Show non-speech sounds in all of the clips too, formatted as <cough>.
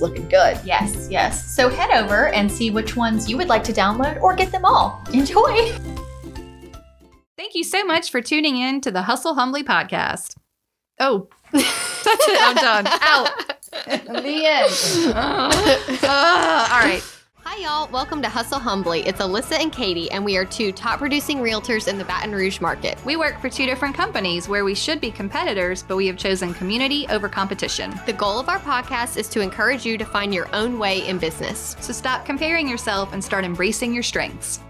looking good. Yes, yes. So head over and see which ones you would like to download or get them all. <laughs> Enjoy. Thank you so much for tuning in to the Hustle Humbly podcast. Oh, <laughs> that's it. I'm done. Out. <laughs> The end. <laughs> Ah, all right. Hi, y'all. Welcome to Hustle Humbly. It's Alyssa and Katie, and we are two top producing realtors in the Baton Rouge market. We work for two different companies where we should be competitors, but we have chosen community over competition. The goal of our podcast is to encourage you to find your own way in business. So stop comparing yourself and start embracing your strengths.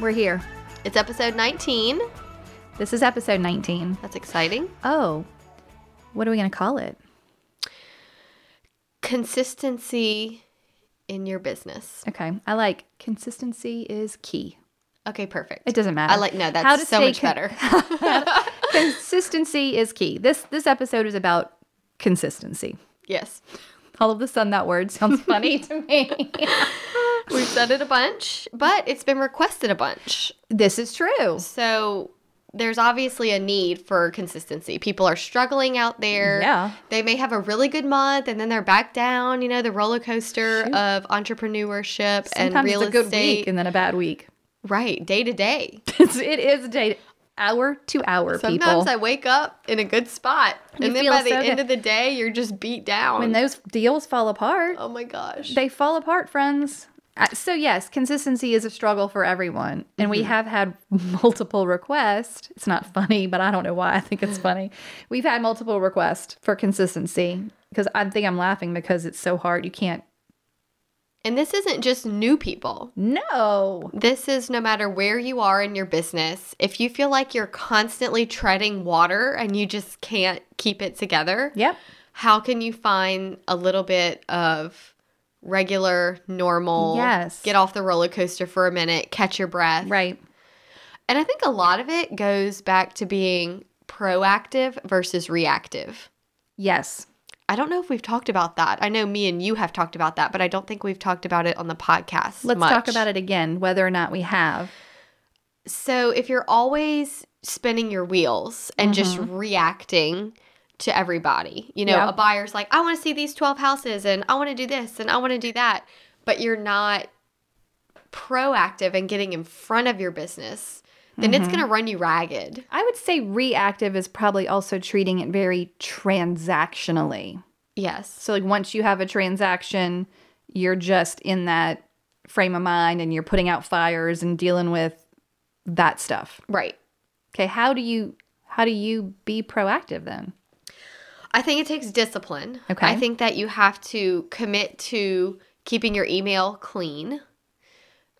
We're here. It's episode 19. This is episode 19. That's exciting. Oh, what are we going to call it? Consistency in your business. Okay. I like consistency is key. Okay, perfect. It doesn't matter. I like, no, How to that's so stay much con- <laughs> better. consistency is key. This this episode is about consistency. yes. All of a sudden, that word <laughs> sounds funny to me. We've said it a bunch, but it's been requested a bunch. this is true. So there's obviously a need for consistency. People are struggling out there. Yeah. They may have a really good month and then they're back down, you know, the roller coaster of entrepreneurship and Sometimes real it's a good estate. week and then a bad week. right, day to day. <laughs> It's, it is a day, hour to hour, Sometimes people. I wake up in a good spot and You then feel by the so end good. of the day you're just beat down. when those deals fall apart, oh my gosh. they fall apart, friends. Uh, So yes, consistency is a struggle for everyone, and Mm-hmm. we have had <laughs> multiple requests. It's not funny, but I don't know why I think <laughs> it's funny. We've had multiple requests for consistency because I think I'm laughing because it's so hard. You can't. and this isn't just new people. No. This is no matter where you are in your business. If you feel like you're constantly treading water and you just can't keep it together, Yep. how can you find a little bit of regular, normal, Yes. get off the roller coaster for a minute, catch your breath? Right. And I think a lot of it goes back to being proactive versus reactive. Yes. I don't know if we've talked about that. I know me and you have talked about that, but I don't think we've talked about it on the podcast. Let's much. talk about it again, whether or not we have. So if you're always spinning your wheels and Mm-hmm. just reacting to everybody, you know, Yeah. a buyer's like, I want to see these 12 houses and I want to do this and I want to do that, but you're not proactive and getting in front of your business, then Mm-hmm. it's going to run you ragged. I would say reactive is probably also treating it very transactionally. Yes. So, like, once you have a transaction, you're just in that frame of mind and you're putting out fires and dealing with that stuff. Right. Okay. How do you, how do you be proactive then? I think it takes discipline. Okay. I think that you have to commit to keeping your email clean.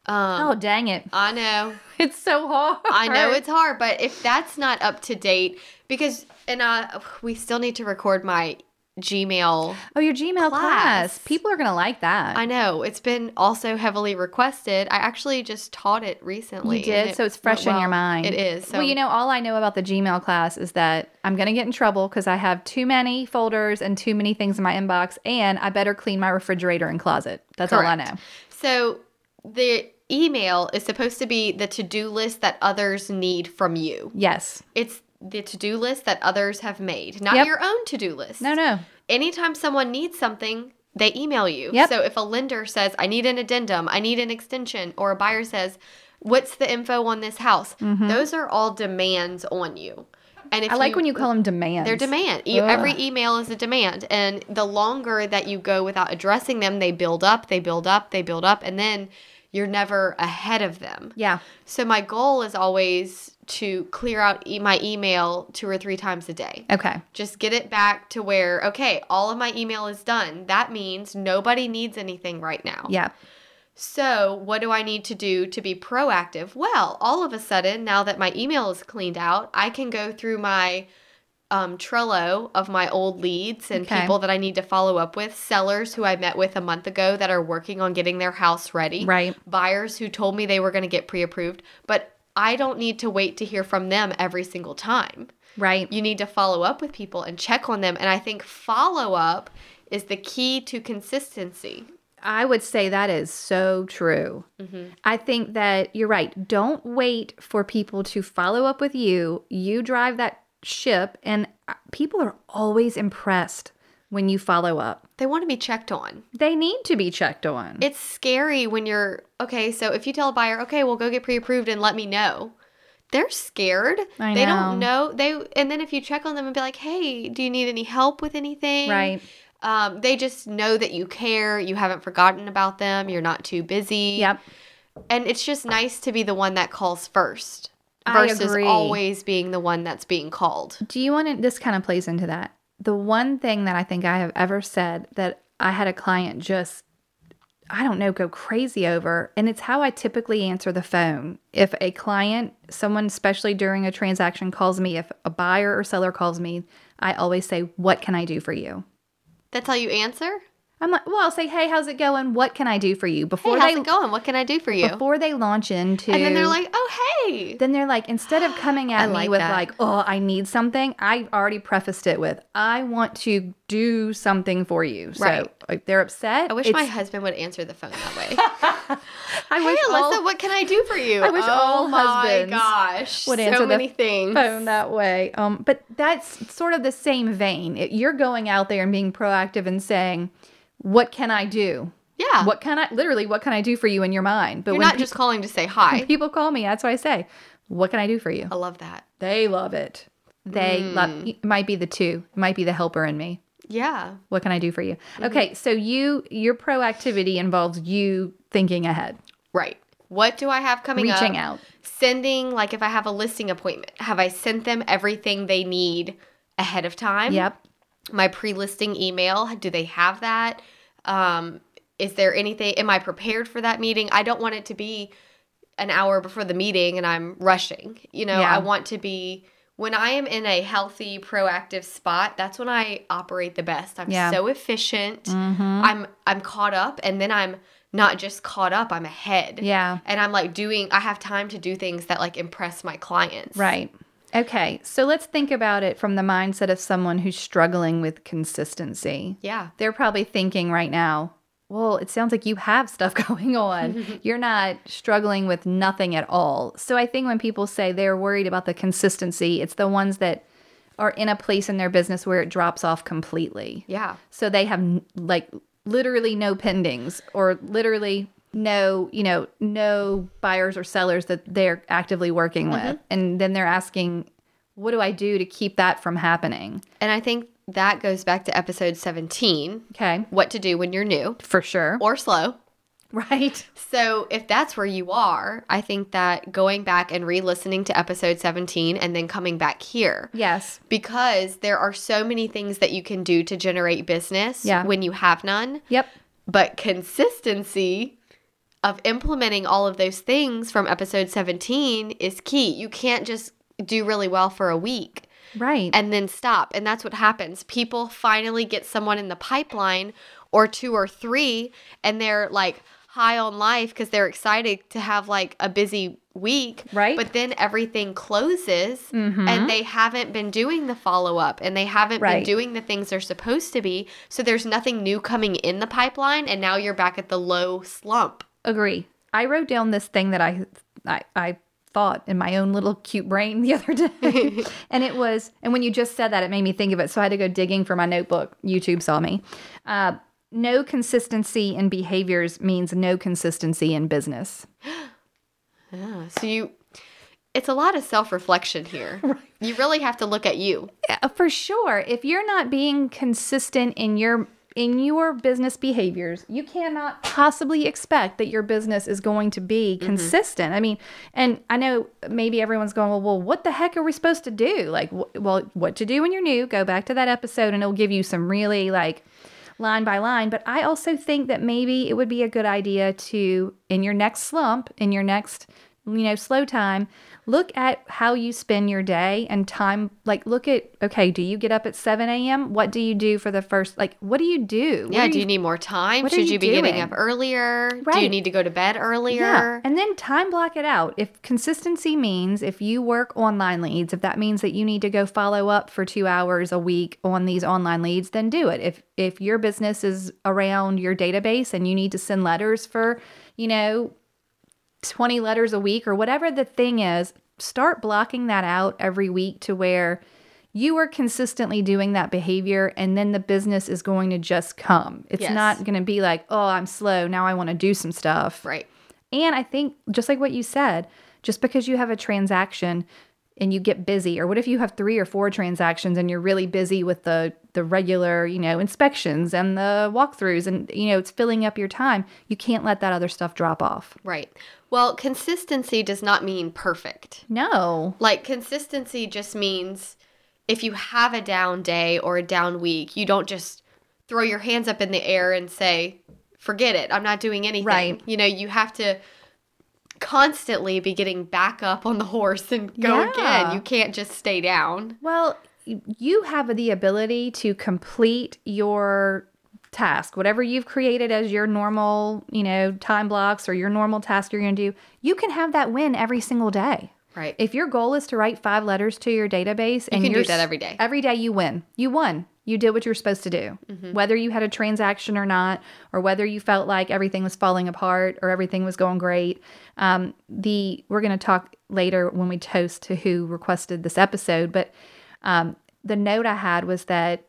Um, oh, dang it. I know. <laughs> It's so hard. I know it's hard, but if that's not up to date, because and uh, we still need to record my Gmail. Oh, your Gmail class. Class. People are going to like that. I know it's been also heavily requested. I actually just taught it recently. You did, and so it's went fresh in your well. mind. It is. So Well, you know, all I know about the Gmail class is that I'm going to get in trouble because I have too many folders and too many things in my inbox, and I better clean my refrigerator and closet. That's all I Correct. know. So the email is supposed to be the to-do list that others need from you. Yes. It's the to-do list that others have made, not Yep. your own to-do list. No, no. anytime someone needs something, they email you. Yep. So if a lender says, I need an addendum, I need an extension, or a buyer says, What's the info on this house? Those are all demands on you. And if Mm-hmm. I like when you call them demands. they're demand. You, Ugh. every email is a demand, and the longer that you go without addressing them, they build up, they build up, they build up, and then you're never ahead of them. Yeah. So my goal is always to clear out e- my email two or three times a day Okay. just get it back to where okay all of my email is done that means nobody needs anything right now Yeah. so what do i need to do to be proactive well all of a sudden now that my email is cleaned out i can go through my um, Trello of my old leads and Okay. people that I need to follow up with, sellers who I met with a month ago that are working on getting their house ready, Right. buyers who told me they were going to get pre approved, but I don't need to wait to hear from them every single time. Right. You need to follow up with people and check on them. And I think follow up is the key to consistency. I would say that is so true. I think that you're right. Don't wait for people to follow up with you. You drive that ship, and uh, people are always impressed when you follow up. They want to be checked on. They need to be checked on. It's scary when you're okay. So if you tell a buyer, okay, well, go get pre approved and let me know, they're scared. I They don't know. They and then if you check on them and be like, hey, do you need any help with anything? right. Um, they just know that you care. You haven't forgotten about them. You're not too busy. Yep. And it's just nice to be the one that calls first I versus agree. always being the one that's being called. Do you want to? This kind of plays into that. The one thing that I think I have ever said that I had a client just, I don't know, go crazy over, and it's how I typically answer the phone. If a client, someone, especially during a transaction, calls me, if a buyer or seller calls me, I always say, What can I do for you? That's how you answer? I'm like, Well, I'll say, Hey, how's it going? What can I do for you? Hey, Before how's they it going? What can I do for you? before they launch into and then they're like, oh, hey. then they're like instead of coming <gasps> I at me like with that. like oh i need something i already prefaced it with i want to do something for you so Right. like, they're upset I wish It's- my husband would answer the phone that <laughs> way. i hey, wish Alyssa, all what can I do for you? Oh I wish all husbands my gosh. would so answer the many things. phone that way um but that's sort of the same vein It- you're going out there and being proactive and saying what can i do Yeah. what can i literally what can i do for you in your mind but You're when not pe- just calling to say hi. people call me that's what i say what can i do for you I love that. they love it they Hmm. love it might be the two it might be the helper in me Yeah. what can i do for you Mm-hmm. okay so you your proactivity involves you thinking ahead Right. What do I have coming up? reaching out Sending, like if I have a listing appointment, have I sent them everything they need ahead of time? yep my pre-listing email do they have that um is there anything am i prepared for that meeting i don't want it to be an hour before the meeting and i'm rushing you know Yeah. i want to be when i am in a healthy proactive spot that's when i operate the best i'm Yeah. Mm-hmm. so efficient i'm i'm caught up and then i'm not just caught up i'm ahead yeah and i'm like doing i have time to do things that like impress my clients right okay so let's think about it from the mindset of someone who's struggling with consistency yeah they're probably thinking right now well it sounds like you have stuff <laughs> going on <laughs> you're not struggling with nothing at all so i think when people say they're worried about the consistency it's the ones that are in a place in their business where it drops off completely yeah so they have n- like literally no pendings or literally no you know no buyers or sellers that they're actively working with and then they're asking what do i do to keep that from happening and i think that goes back to episode 17 okay what to do when you're new for sure or slow. <laughs> right So, if that's where you are, I think that going back and re listening to episode 17 and then coming back here, yes because there are so many things that you can do to generate business Yeah. when you have none, yep but consistency of implementing all of those things from episode 17 is key. You can't just do really well for a week right and then stop. And that's what happens. People finally get someone in the pipeline or two or three, and they're like high on life because they're excited to have like a busy week. Right. Mm-hmm. But then everything closes and they haven't been doing the follow up and they haven't been Right. doing the things they're supposed to be. So there's nothing new coming in the pipeline, and now you're back at the low slump. agree i wrote down this thing that i i, I thought in my own little cute brain <laughs> the other day and it was and when you just said that it made me think of it so i had to go digging for my notebook youtube saw me uh, no consistency in behaviors means no consistency in business Yeah. So you. It's a lot of self reflection <laughs> here. You really have to look at you. Yeah, for sure if you're not being consistent in your in your business behaviors you cannot possibly expect that your business is going to be consistent i mean and i know maybe everyone's going well, well what the heck are we supposed to do like wh- well what to do when you're new go back to that episode and it'll give you some really like line by line but i also think that maybe it would be a good idea to in your next slump in your next you know, slow time. Look at how you spend your day and time. Like, look at, okay, do you get up at 7 a.m.? What do you do for the first, like, what do you do? What Yeah, are do you need more time? what are Should you you, be getting doing? up earlier? Do you Right. need to go to bed earlier? Yeah. And then time block it out. If consistency means if you work online leads, if that means that you need to go follow up for 2 hours a week on these online leads, then do it. If if your business is around your database and you need to send letters for, you know, 20 letters a week or whatever the thing is, start blocking that out every week to where you are consistently doing that behavior and then the business is going to just come. It's Yes. not going to be like, "Oh, I'm slow. Now I want to do some stuff." Right. And I think, just like what you said, just because you have a transaction and you get busy, or what if you have three or four transactions and you're really busy with the the regular, you know, inspections and the walkthroughs, and you know, it's filling up your time. You can't let that other stuff drop off. Right. Well, consistency does not mean perfect. No, Like consistency just means if you have a down day or a down week, you don't just throw your hands up in the air and say, "Forget it. I'm not doing anything." Right. You know, you have to constantly be getting back up on the horse and go Yeah. again. You can't just stay down. Well, y- you have the ability to complete your task, whatever you've created as your normal, you know, time blocks or your normal task you're going to do. You can have that win every single day. Right. If your goal is to write five letters to your database, and can do you're that s- every day. Every day you win. You won. You did what you were supposed to do, Mm-hmm. whether you had a transaction or not, or whether you felt like everything was falling apart or everything was going great. Um, the we're going to talk later when we toast to who requested this episode, but um, the note I had was that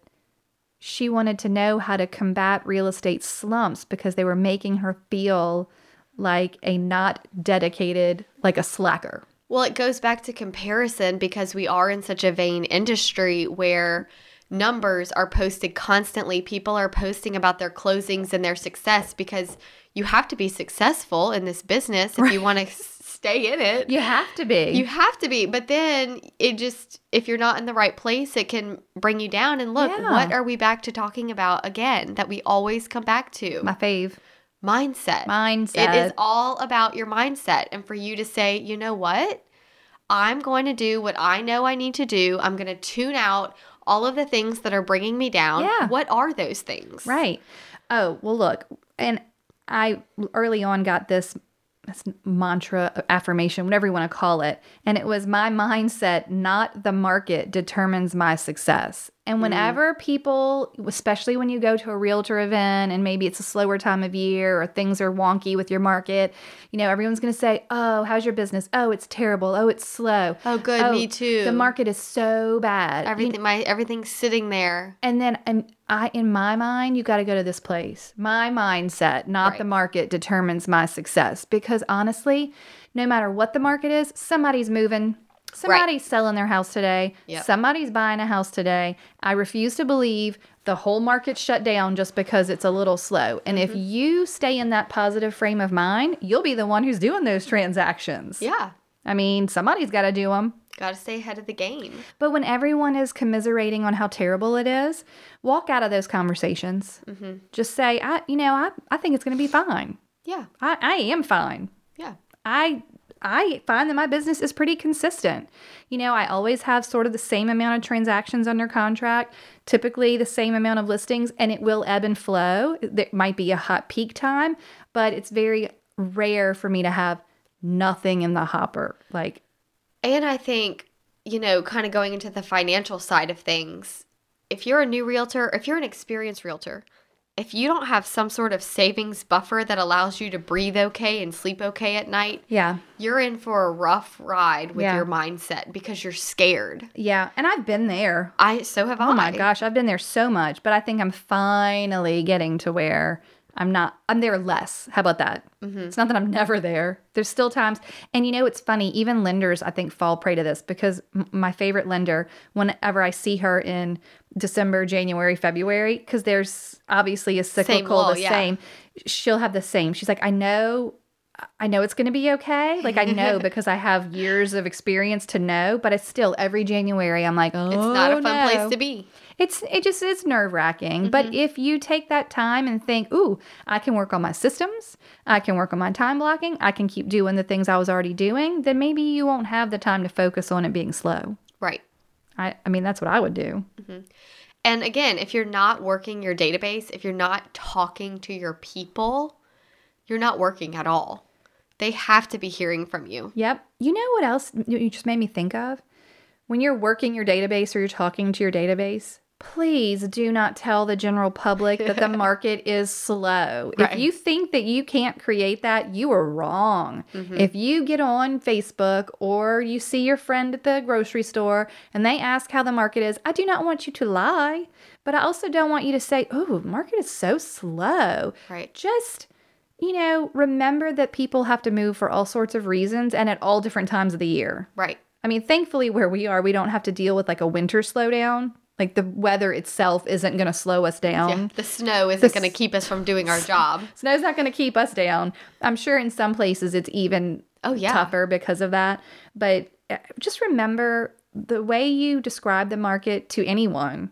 she wanted to know how to combat real estate slumps because they were making her feel like a not dedicated, like a slacker. Well, it goes back to comparison because we are in such a vain industry where numbers are posted constantly. People are posting about their closings and their success because you have to be successful in this business if you want to <laughs> stay in it. You have to be. You have to be, but then it just, if you're not in the right place, it can bring you down. And look, Yeah. what are we back to talking about again that we always come back to? my fave. mindset. Mindset. It is all about your mindset and for you to say, you know what? I'm going to do what I know I need to do. I'm going to tune out all of the things that are bringing me down. Yeah. What are those things? Right. Oh, well, look, and I early on got this, this mantra, affirmation, whatever you want to call it. And it was my mindset, not the market, determines my success. Mm. And whenever people, especially when you go to a realtor event and maybe it's a slower time of year or things are wonky with your market, you know, everyone's going to say, Oh, how's your business? Oh, it's terrible. Oh, it's slow. Oh, good. Oh, me too. The market is so bad. You Everything, my everything's sitting there. and then um, I, in my mind, you got to go to this place. My mindset, not the Right. market, determines my success. Because honestly, no matter what the market is, somebody's moving. Somebody's selling their house today. Yep. Somebody's buying a house today. I refuse to believe the whole market shut down just because it's a little slow. And Mm-hmm. if you stay in that positive frame of mind, you'll be the one who's doing those transactions. Yeah. I mean, somebody's got to do them. Got to stay ahead of the game. But when everyone is commiserating on how terrible it is, walk out of those conversations. Just say, I, you know, I, I think it's going to be fine. Yeah. I, I am fine. Yeah. I, I find that my business is pretty consistent. You know, I always have sort of the same amount of transactions under contract, typically the same amount of listings, and it will ebb and flow. There might be a hot peak time, but it's very rare for me to have nothing in the hopper. Like, And I think, you know, kind of going into the financial side of things, if you're a new realtor, if you're an experienced realtor, if you don't have some sort of savings buffer that allows you to breathe okay and sleep okay at night, yeah, you're in for a rough ride with Yeah. your mindset because you're scared. yeah. And I've been there. I so have I. Oh my gosh, I've been there so much, but I think I'm finally getting to where I'm not, I'm there less. How about that? Mm-hmm. It's not that I'm never there. There's still times. And you know, it's funny, even lenders, I think, fall prey to this because m- my favorite lender, whenever I see her in December, January, February, because there's obviously a cyclical, lull, the yeah. same, she'll have the same. She's like, I know I know it's going to be okay. Like I <laughs> know because I have years of experience to know, but it's still every January I'm like, oh, It's not a fun place to be. It's it just is nerve wracking. But if you take that time and think, ooh, I can work on my systems, I can work on my time blocking, I can keep doing the things I was already doing, then maybe you won't have the time to focus on it being slow. Right. I, I mean, that's what I would do. And again, if you're not working your database, if you're not talking to your people, you're not working at all. They have to be hearing from you. Yep. You know what else you you just made me think of? When you're working your database or you're talking to your database, please do not tell the general public that the market is slow. Right. If you think that you can't create that, you are wrong. If you get on Facebook or you see your friend at the grocery store and they ask how the market is, I do not want you to lie, but I also don't want you to say, "Oh, market is so slow." Right. just you know remember that people have to move for all sorts of reasons and at all different times of the year Right. i mean thankfully where we are we don't have to deal with like a winter slowdown like the weather itself isn't going to slow us down Yeah. The snow isn't this- going to keep us from doing our job. snow's not going to keep us down i'm sure in some places it's even Oh, yeah. tougher because of that but uh, just remember the way you describe the market to anyone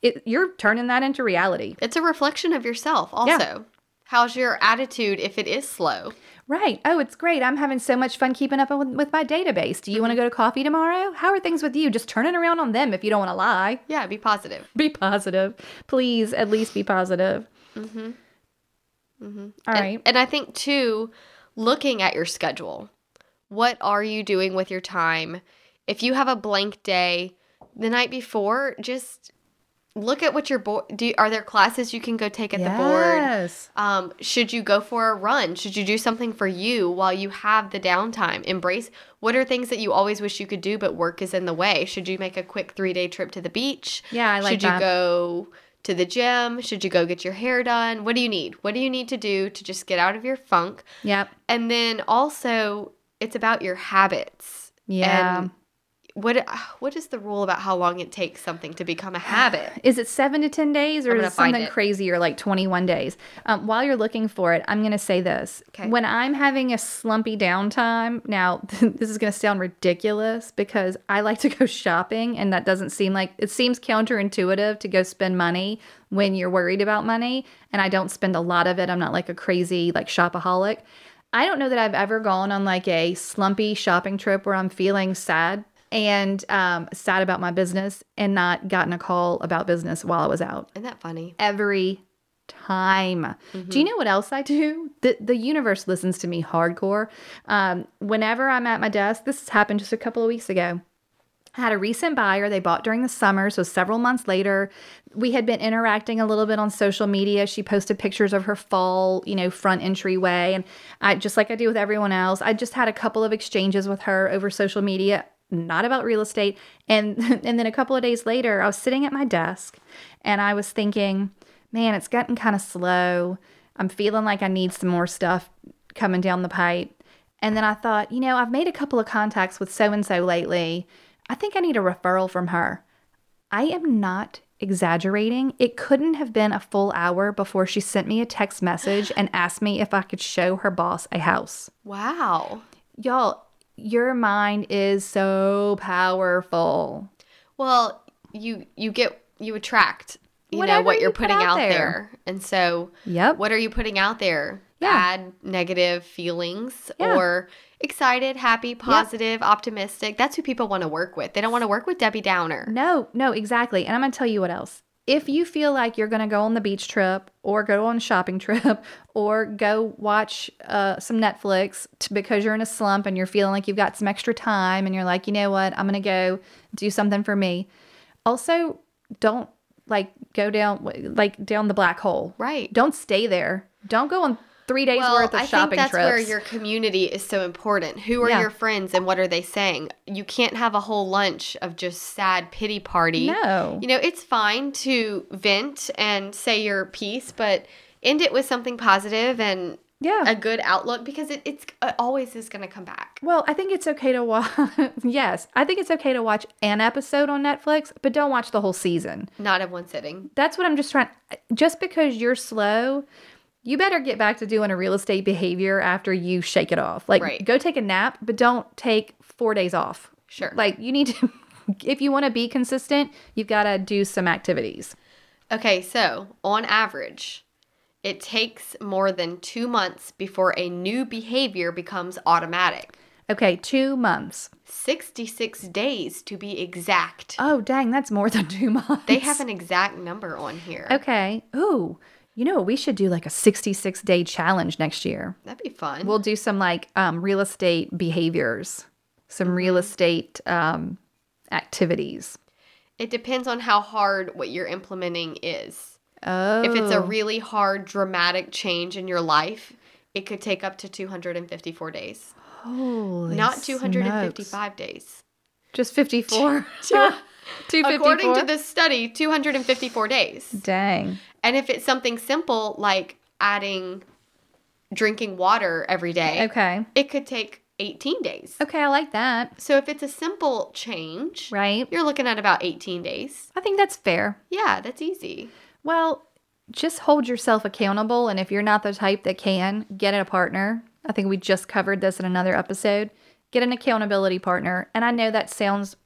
it, you're turning that into reality It's a reflection of yourself also. Yeah. How's your attitude if it is slow? Right. Oh, it's great. I'm having so much fun keeping up with, with my database. Do you want to Mm-hmm. go to coffee tomorrow? How are things with you? Just turning around on them if you don't want to lie. Yeah, be positive. Be positive. Please, at least be positive. Mm-hmm. All And- right. And I think too, looking at your schedule. What are you doing with your time? If you have a blank day the night before, just look at what your board do are there classes you can go take at the board? Yes. Um, should you go for a run? Should you do something for you while you have the downtime? Embrace what are things that you always wish you could do, but work is in the way. Should you make a quick three day trip to the beach? Yeah, I like Should that. you go to the gym? Should you go get your hair done? What do you need? What do you need to do to just get out of your funk? Yep. And then also, it's about your habits. Yeah. And what uh, what is the rule about how long it takes something to become a habit? <sighs> Is it seven to 10 days or I'm is gonna it find something it. crazier like 21 days? Um, while you're looking for it, I'm going to say this. Okay. When I'm having a slumpy downtime, now <laughs> this is going to sound ridiculous because I like to go shopping and that doesn't seem like it seems counterintuitive to go spend money when you're worried about money. And I don't spend a lot of it. I'm not like a crazy like shopaholic. I don't know that I've ever gone on like a slumpy shopping trip where I'm feeling sad and um, sad about my business and not gotten a call about business while I was out Isn't that funny? every time. Do you know what else I do? The the universe listens to me hardcore. Um, whenever I'm at my desk, this happened just a couple of weeks ago. I had a recent buyer they bought during the summer, so several months later, we had been interacting a little bit on social media. She posted pictures of her fall, you know, front entryway, and I just like I do with everyone else, I just had a couple of exchanges with her over social media, not about real estate, and <laughs> and then a couple of days later, I was sitting at my desk, and I was thinking, man, it's gotten kind of slow. I'm feeling like I need some more stuff coming down the pipe. And then I thought, you know, I've made a couple of contacts with so and so lately. I think I need a referral from her. I am not exaggerating. It couldn't have been a full hour before she sent me a text message and asked me if I could show her boss a house. Wow. Y'all, your mind is so powerful. Well, you you get you attract you know Whatever what you you're put putting out out, there. there. and so Yep. what are you putting out there? Yeah. Add negative feelings Yeah. or excited, happy, positive, optimistic. That's who people want to work with. They don't want to work with Debbie Downer. No, no, exactly. And I'm going to tell you what else. If you feel like you're going to go on the beach trip or go on a shopping <laughs> trip or go watch uh, some Netflix t- because you're in a slump and you're feeling like you've got some extra time and you're like, you know what, I'm going to go do something for me. Also, don't like go down like down the black hole. Right. Don't stay there. Don't go on three days well, worth of I think shopping that's trips. where your community is so important. Who are Yeah. your friends and what are they saying? You can't have a whole lunch of just sad pity party. no. You know, it's fine to vent and say your piece, but end it with something positive and yeah. a good outlook because it, it's it always is going to come back. Well, I think it's okay to watch. <laughs> yes, I think it's okay to watch an episode on Netflix, but don't watch the whole season. Not in one sitting. That's what I'm just trying. Just because you're slow, you better get back to doing a real estate behavior after you shake it off. Like, Right. go take a nap, but don't take four days off. Sure. Like, you need to, <laughs> if you want to be consistent, you've got to do some activities. Okay, so on average, it takes more than two months before a new behavior becomes automatic. Okay, two months. 66 days to be exact. Oh, dang, that's more than two <laughs> months. They have an exact number on here. Okay. Ooh, you know what? We should do like a 66 day challenge next year. That'd be fun. We'll do some like um, real estate behaviors, some real Mm-hmm. estate um, activities. it depends on how hard what you're implementing is. Oh, If it's a really hard, dramatic change in your life, it could take up to 254 days. holy Not smokes. 255 days. just 54. <laughs> According 254. to this study, 254 days. Dang. And if it's something simple like adding drinking water every day, Okay. it could take 18 days. Okay, I like that. So if it's a simple change, Right. you're looking at about 18 days. I think that's fair. Yeah, that's easy. Well, just hold yourself accountable. And if you're not the type that can, get a partner. I think we just covered this in another episode. Get an accountability partner. And I know that sounds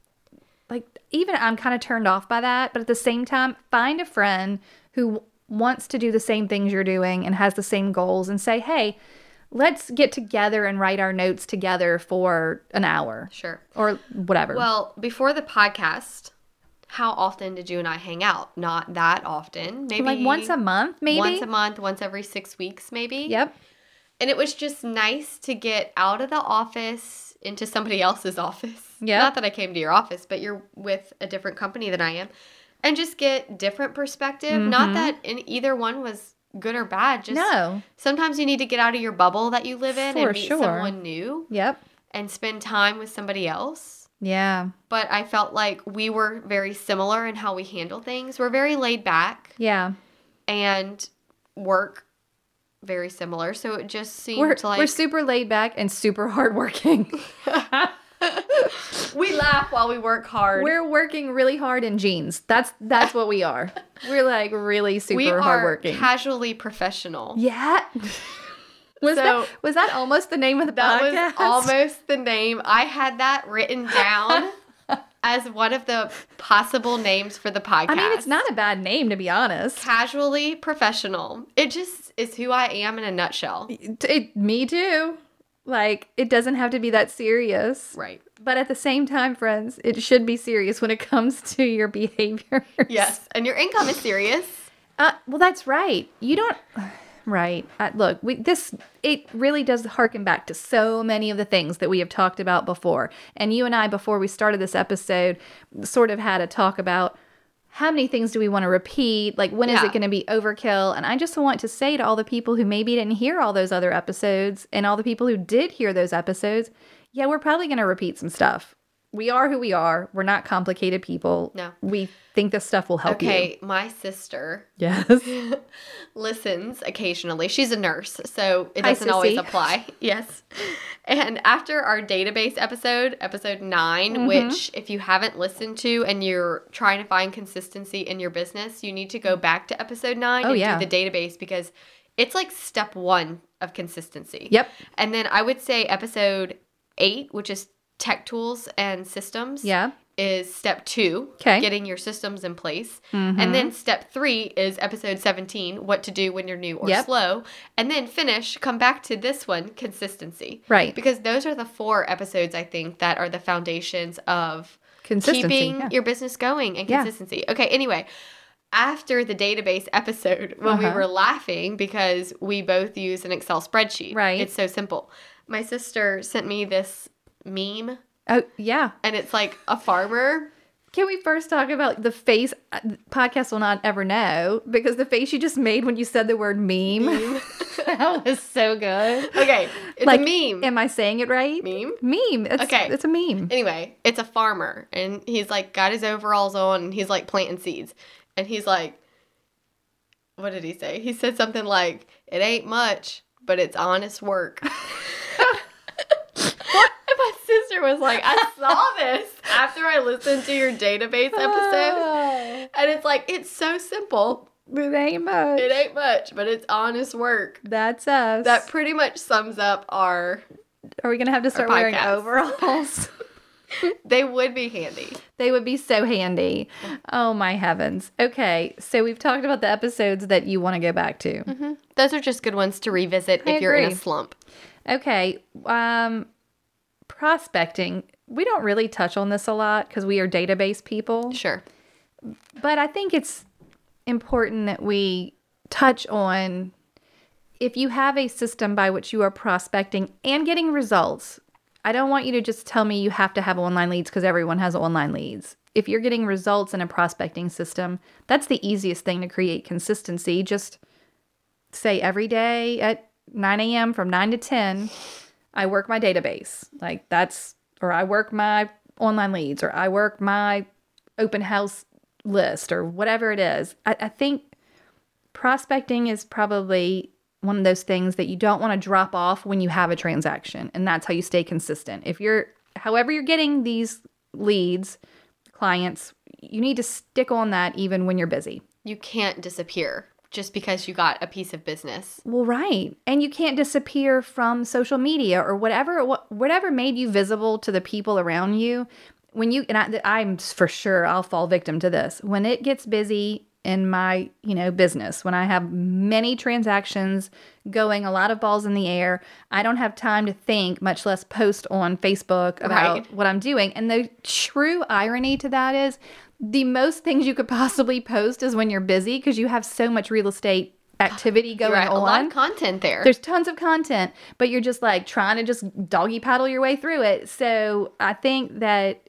like even I'm kind of turned off by that. But at the same time, find a friend who w- wants to do the same things you're doing and has the same goals and say, hey, let's get together and write our notes together for an hour Sure. or whatever. Well, before the podcast, how often did you and I hang out? Not that often. Maybe like once a month, maybe? Once a month, once every six weeks, maybe. Yep. And it was just nice to get out of the office into somebody else's <laughs> office. Yeah. Not that I came to your office, but you're with a different company than I am. And just get different perspective. Not that in either one was good or bad. Just Mm-hmm. No. sometimes you need to get out of your bubble that you live in For and meet sure. someone new Yep. and spend time with somebody else. Yeah. But I felt like we were very similar in how we handle things. We're very laid back Yeah. and work very similar. So it just seemed we're, like we're super laid back and super <laughs> hardworking. We laugh while we work hard. we're working really hard in jeans. That's that's what we <laughs> are. We're like really super we are hardworking. casually professional. <laughs> yeah. was So- that was that almost the name of the That was podcast? almost the name. I had that written <laughs> down as one of the possible names for the podcast. I mean, it's not a bad name to be honest. casually professional. It just is who I am in a nutshell. It, it- me too. Like it doesn't have to be that serious. Right. But at the same time, friends, it should be serious when it comes to your <laughs> behavior. Yes. And your income is serious. Uh, well, that's right. You don't. <sighs> Right. Uh, look, we, this it really does harken back to so many of the things that we have talked about before. And you and I, before we started this episode, sort of had a talk about how many things do we want to repeat? Like, when is Yeah. it going to be overkill? And I just want to say to all the people who maybe didn't hear all those other episodes, and all the people who did hear those episodes, yeah, we're probably going to repeat some stuff. We are who we are. We're not complicated people. No. we think this stuff will help you. Okay. My sister <laughs> Yes. listens occasionally. She's a nurse, so it Hi, doesn't always sissy. apply. <laughs> yes. And after our database episode, episode 9 Mm-hmm. which if you haven't listened to and you're trying to find consistency in your business, you need to go back to episode nine Oh, and yeah. do the database because it's like step one of consistency. Yep. And then I would say episode eight, which is tech tools and systems Yeah. is step two, 'Kay. getting your systems in place. Mm-hmm. And then step three is episode 17, what to do when you're new or Yep. slow. And then finish, come back to this one, consistency. Right. Because those are the four episodes, I think, that are the foundations of Consistency, keeping yeah. your business going and Yeah. consistency. Okay, anyway. After the database episode, when we Uh-huh. were laughing because we both use an Excel spreadsheet. Right. It's so simple. My sister sent me this meme, Oh, yeah. and it's like a farmer Can we first talk about the face? uh, the Podcast will not ever know because the face you just made when you said the word meme. <laughs> that was so good. Okay, it's Like, a meme. Am I saying it right? Meme? Meme. It's, Okay. It's a meme. anyway, it's a farmer, and he's like got his overalls on, and he's like planting seeds, and he's like, what did he say? He said something like, "It ain't much, but it's honest work." <laughs> and my sister was like, "I saw <laughs> this <sighs> after I listened to your database episode, and it's like it's so simple." Ah. It ain't much. It ain't much, but it's honest work. That's us. That pretty much sums up our. Are we gonna have to start wearing <laughs> podcast. overalls? They would be handy. they would be so handy. Oh my heavens. Okay, so we've talked about the episodes that you want to go back to. Those are just good ones to revisit I if you're in a agree. slump. Okay, um, prospecting. We don't really touch on this a lot because we are database people. Sure. But I think it's important that we touch on if you have a system by which you are prospecting and getting results. I don't want you to just tell me you have to have online leads because everyone has online leads. If you're getting results in a prospecting system, that's the easiest thing to create consistency. Just say every day at 9 a.m. from 9 to 10, I work my database. Like that's, or I work my online leads, or I work my open house list, or whatever it is. I, I think prospecting is probably one of those things that you don't want to drop off when you have a transaction. And that's how you stay consistent. If you're, however, you're getting these leads, clients, you need to stick on that even when you're busy. You can't disappear just because you got a piece of business. Well, right. And you can't disappear from social media or whatever wh- whatever made you visible to the people around you. When you and I, I'm for sure I'll fall victim to this. When it gets busy in my, you know, business, when I have many transactions going, a lot of balls in the air, I don't have time to think, much less post on Facebook about Right. what I'm doing. And the true irony to that is the most things you could possibly post is when you're busy because you have so much real estate activity going Right. on. A lot of content there. There's tons of content, but you're just like trying to just doggy paddle your way through it. So I think that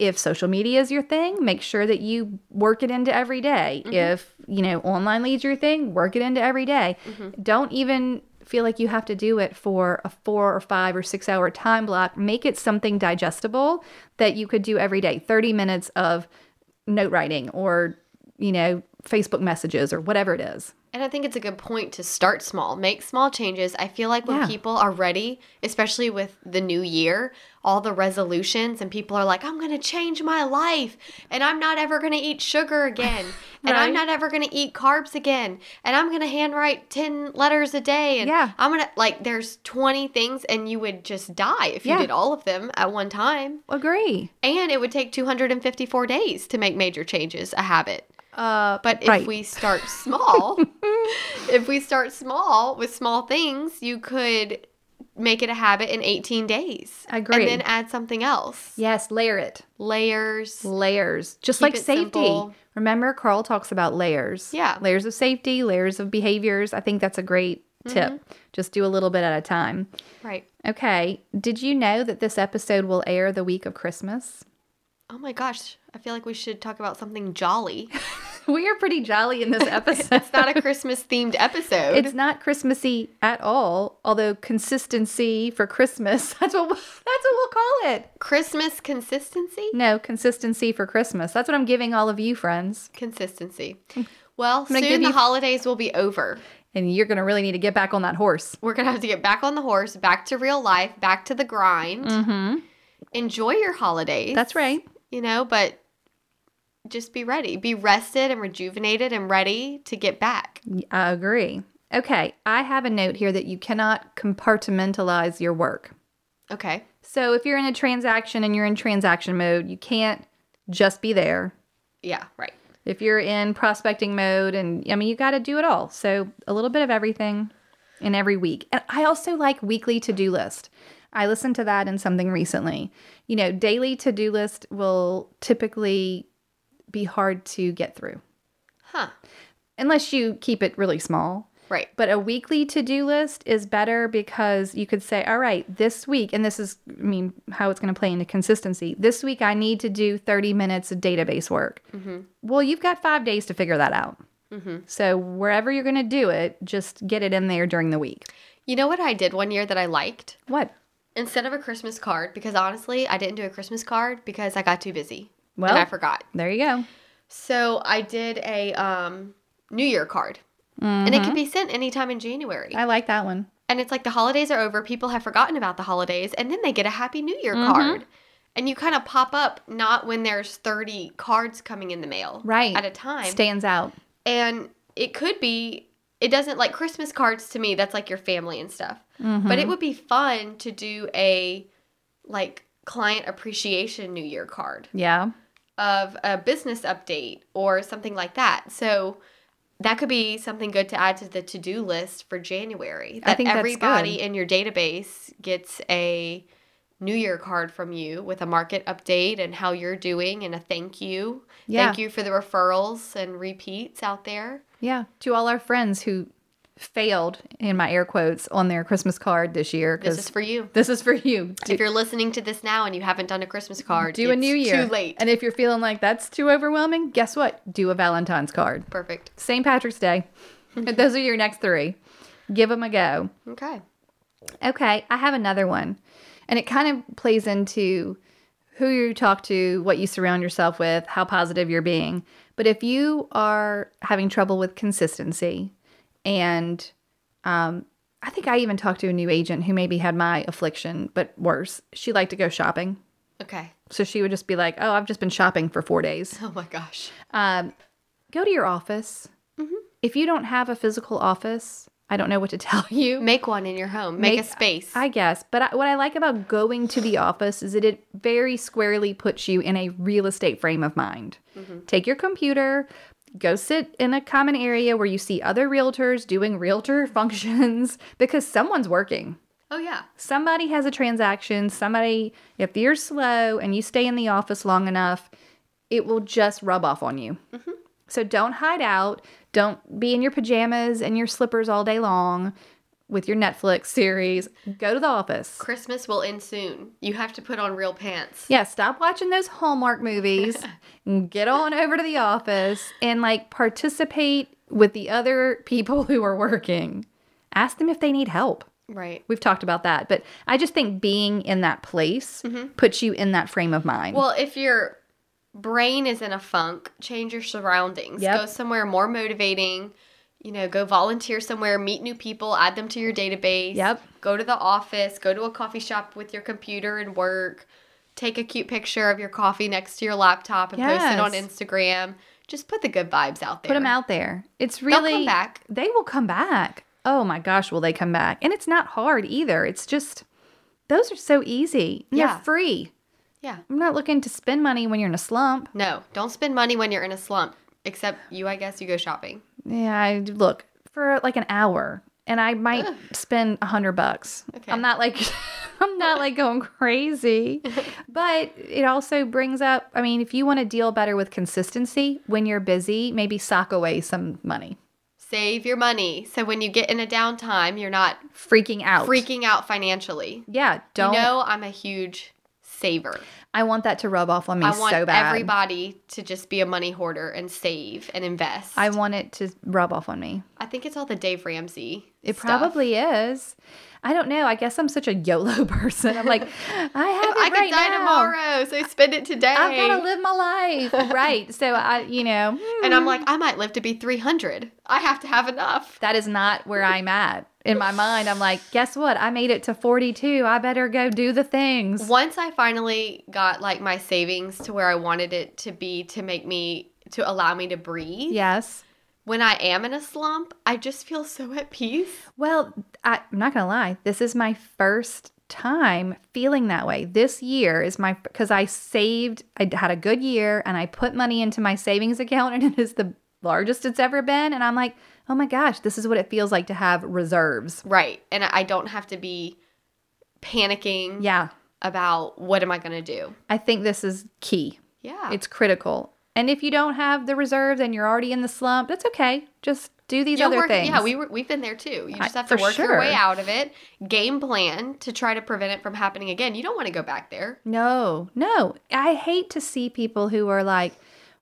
if social media is your thing, make sure that you work it into every day. Mm-hmm. If, you know, online leads your thing, work it into every day. Mm-hmm. Don't even feel like you have to do it for a four or five or six hour time block. Make it something digestible that you could do every day 30 minutes of note writing or, you know, Facebook messages or whatever it is. And I think it's a good point to start small, make small changes. I feel like when Yeah. people are ready, especially with the new year, all the resolutions, and people are like, I'm going to change my life, and I'm not ever going to eat <laughs> sugar again, and I'm Right. not ever going to eat carbs again, and I'm going to handwrite 10 letters a day. And Yeah. I'm going to, like, there's 20 things, and you would just die if you Yeah. did all of them at one time. Agree. And it would take 254 days to make major changes a habit. Uh, But if Right. we start small, <laughs> if we start small with small things, you could make it a habit in 18 days. Agreed. And then add something else. Yes, layer it. Layers. Layers. Just Keep like it safety. simple. Remember, Carl talks about layers. Yeah. Layers of safety, layers of behaviors. I think that's a great tip. Just do a little bit at a time. Right. Okay. Did you know that this episode will air the week of Christmas? Oh my gosh. I feel like we should talk about something jolly. <laughs> We are pretty jolly <laughs> in this episode. It's not a Christmas themed episode. It's not Christmassy at all, although consistency for Christmas, <laughs> that's what that's what we'll call it. Christmas consistency? No, consistency for Christmas. That's what I'm giving all of you friends. Consistency. <laughs> Well, gonna soon give the you- holidays will be over. And you're going to really need to get back on that horse. We're going to have to get back on the horse, back to real life, back to the grind. Mhm. Enjoy your holidays. That's right. you know, but just be ready. Be rested and rejuvenated and ready to get back. I agree. Okay, I have a note here that you cannot compartmentalize your work. Okay. So if you're in a transaction and you're in transaction mode, you can't just be there. Yeah, right. If you're in prospecting mode, and I mean, you got to do it all. So a little bit of everything in every week. And I also like weekly to do list. I listened to that in something recently. You know, daily to do list will typically be hard to get through Huh. unless you keep it really small. Right. But a weekly to do list is better because you could say, all right, this week, and this is, I mean, how it's going to play into consistency. This week, I need to do 30 minutes of database work. Mm-hmm. Well, you've got five days to figure that out. So wherever you're going to do it, just get it in there during the week. You know what I did one year that I liked? What? Instead of a Christmas card, because honestly, I didn't do a Christmas card because I got too busy. Well- and I forgot. There you go. So I did a um, New Year card. And Mm-hmm. it can be sent anytime in January. Mm, I like that one. And it's like the holidays are over, people have forgotten about the holidays, and then they get a Happy New Year card. And you kind of pop up not when there's 30 cards coming in the mail Right. at a time. Stands out. and it could be it doesn't like Christmas cards to me, that's like your family and stuff. Mm-hmm. But it would be fun to do a like client appreciation new year card Yeah. of a business update or something like that. So that could be something good to add to the to-do list for January. That I think that's everybody good. in your database gets a New Year card from you with a market update and how you're doing and a thank you. Yeah. Thank you for the referrals and repeats out there. Yeah. To all our friends who failed in my air quotes on their Christmas card this year. This 'cause is for you. This is for you. Do, if you're listening to this now and you haven't done a Christmas card, do a it's new year. Too late. And if you're feeling like that's too overwhelming, guess what? Do a Valentine's card. Perfect. St. Patrick's <laughs> Day. Those are your next three. Give them a go. Okay. Okay, I have another one. And it kind of plays into who you talk to, what you surround yourself with, how positive you're being. But if you are having trouble with consistency, and um, I think I even talked to a new agent who maybe had my affliction, but worse, she liked to go shopping. Okay. So she would just be like, oh, I've just been shopping for four days Oh my gosh. um, go to your office. If you don't have a physical office, I don't know what to <laughs> tell you. Make one in your home. Make, Make- a space. I guess, but I, what I like about going to the office is that it very squarely puts you in a real estate frame of mind. Take your computer, go sit in a common area where you see other realtors doing realtor <laughs> functions because someone's working oh yeah. somebody has a transaction, somebody, if you're slow and you stay in the office long enough, it will just rub off on you. So don't hide out. Don't be in your pajamas and your slippers all day long with your Netflix series. Go to the office. Christmas will end soon. You have to put on real pants. Yeah, stop watching those Hallmark movies. and get on over to the office and like participate with the other people <laughs> who are working. Ask them if they need help. Right. We've talked about that, but I just think being in that place puts you in that frame of mind. Mm-hmm. Well, if your brain is in a funk, change your surroundings. Yep. Go somewhere more motivating. You know, go volunteer somewhere, meet new people, add them to your database. Yep. Go to the office, go to a coffee shop with your computer and work. Take a cute picture of your coffee next to your laptop and post it on Yes. Instagram. Just put the good vibes out there. put them out there. It's They'll come really back. They will come back. Oh my gosh, will they come back? And it's not hard either. It's just those are so easy. And Yeah. They're free. Yeah. I'm not looking to spend money when you're in a slump. No, don't spend money when you're in a slump. Except you, I guess, you go shopping. Yeah, I look for like an hour, and I might spend a hundred bucks. Okay. I'm not like <laughs> I'm not like going <laughs> crazy, but it also brings up. I mean, if you want to deal better with consistency when you're busy, maybe sock away some money. Save your money so when you get in a downtime, you're not Freaking out. freaking out financially. Yeah. You Don't. know, I'm a huge saver. I want that to rub off on me I want so bad. everybody to just be a money hoarder and save and invest. I want it to rub off on me. I think it's all the Dave Ramsey. It stuff. probably is. I don't know. I guess I'm such a YOLO <laughs> person. I'm like, I <laughs> have it I could right die now. tomorrow, so spend it today. I've got to live my life. right. So I, you know, <laughs> hmm. And I'm like, I might live to be 300. I have to have enough. that is not where I'm at. In my mind, I'm like, guess what? I made it to 42. I better go do the things. Once I finally got like my savings to where I wanted it to be to make me to allow me to breathe. Yes. When I am in a slump, I just feel so at peace. Well, I, I'm not going to lie. This is my first time feeling that way. This year is my, because I saved, I had a good year and I put money into my savings account and <laughs> it is the largest it's ever been. And I'm like, oh my gosh, this is what it feels like to have reserves. Right. And I I don't have to be panicking Yeah. about what am I going to do. I think this is key. Yeah. It's critical. And if you don't have the reserves and you're already in the slump, that's okay. Just do these You'll other work- things. Yeah, we were, we've been there too. You just I- have to for work your way sure. out of it. Game plan to try to prevent it from happening again. You don't want to go back there. No, no. I hate to see people who are like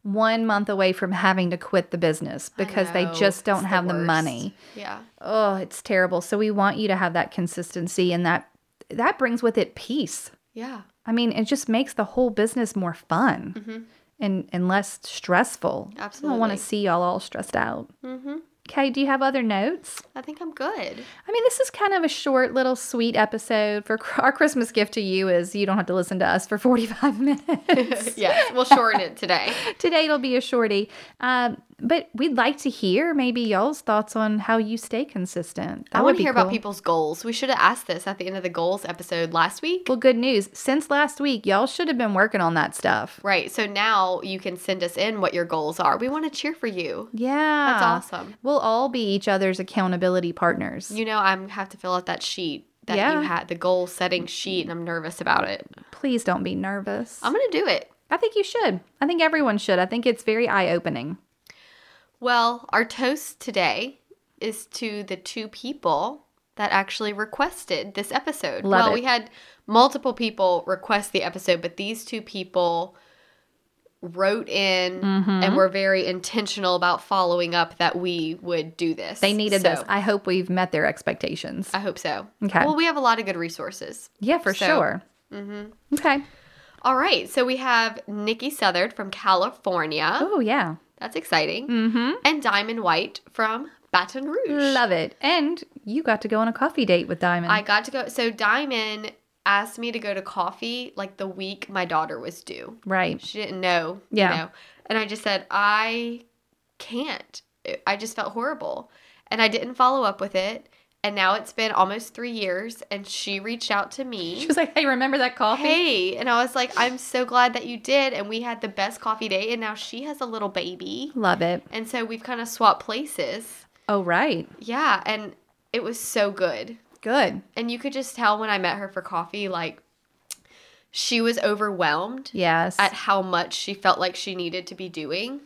one month away from having to quit the business because they know, just it's don't the have the worst. money. Yeah. Oh, it's terrible. So we want you to have that consistency and that that brings with it peace. Yeah. I mean, it just makes the whole business more fun and, and less stressful. I don't want Mm-hmm. Absolutely. to see y'all all stressed out. Mhm. Okay, do you have other notes? I think I'm good. <laughs> I mean, this is kind of a short, little, sweet episode. For cr- our Christmas gift to you is you don't have to listen to us for <laughs> <laughs> forty-five minutes. yes, we'll shorten it today. Today it'll be a shorty. Um, But we'd like to hear maybe y'all's thoughts on how you stay consistent. <laughs> That I would want to be hear cool. about people's goals. We should have asked this at the end of the goals episode last week. Well, good news. Since last week, y'all should have been working on that stuff. Right. So now you can send us in what your goals are. We want to cheer for you. Yeah. That's awesome. We'll all be each other's accountability partners. You know, I'm have to fill out that sheet that Yeah. you had the goal setting sheet, and I'm nervous about it. Please don't be nervous. I'm gonna do it. I think you should. I think everyone should. I think it's very eye opening. Well, our toast today is to the two people that actually requested this Love episode. well, it. we had multiple people request the episode, but these two people wrote in Mm-hmm. and were very intentional about following up that we would do this. They needed So, this. I hope we've met their expectations. I hope so. Okay. Well, we have a lot of good resources. yeah, for so- sure. mm-hmm. Okay. All right. So we have Nikki Southard from California. Oh, yeah. That's exciting. Mm-hmm. And Diamond White from Baton Rouge. Love it. And you got to go on a coffee date with Diamond. I got to go. So Diamond asked me to go to coffee like the week my daughter was due. <laughs> right. She didn't know. Yeah. You know. And I just said, I can't. I just felt horrible. And I didn't follow up with it. And now it's been almost three years. And she reached out to me. She was like, hey, remember that coffee? hey. And I was like, I'm so glad that you did. And we had the best coffee day. And now she has a little baby. Love it. And so we've kind of swapped places. Oh, right. Yeah. And it was so good. Good. and you could just tell when I met her for coffee, like she was overwhelmed Yes. at how much she felt like she needed to be doing.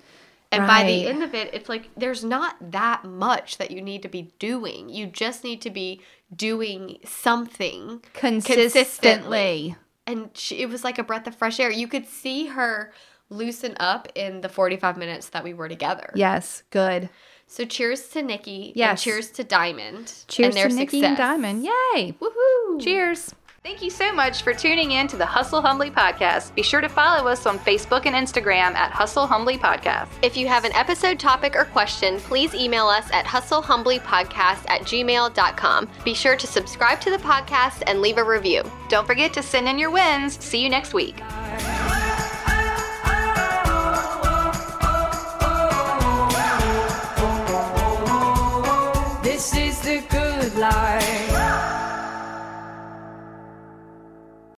And by the Right. end of it, it's like there's not that much that you need to be doing. You just need to be doing something. consistently. And she, it was like a breath of fresh air. You could see her loosen up in the 45 minutes that we were together. Yes. Good. So cheers to Nikki. Yeah. Yes. Cheers to Diamond. Cheers and their to Nikki success. and Diamond. Yay. Woohoo. Cheers. Thank you so much for tuning in to the Hustle Humbly podcast. Be sure to follow us on Facebook and Instagram at Hustle Humbly Podcast. If you have an episode topic or question, please email us at hustlehumblypodcast at gmail.com. Be sure to subscribe to the podcast and leave a review. Don't forget to send in your wins. See you next week. This is the good life.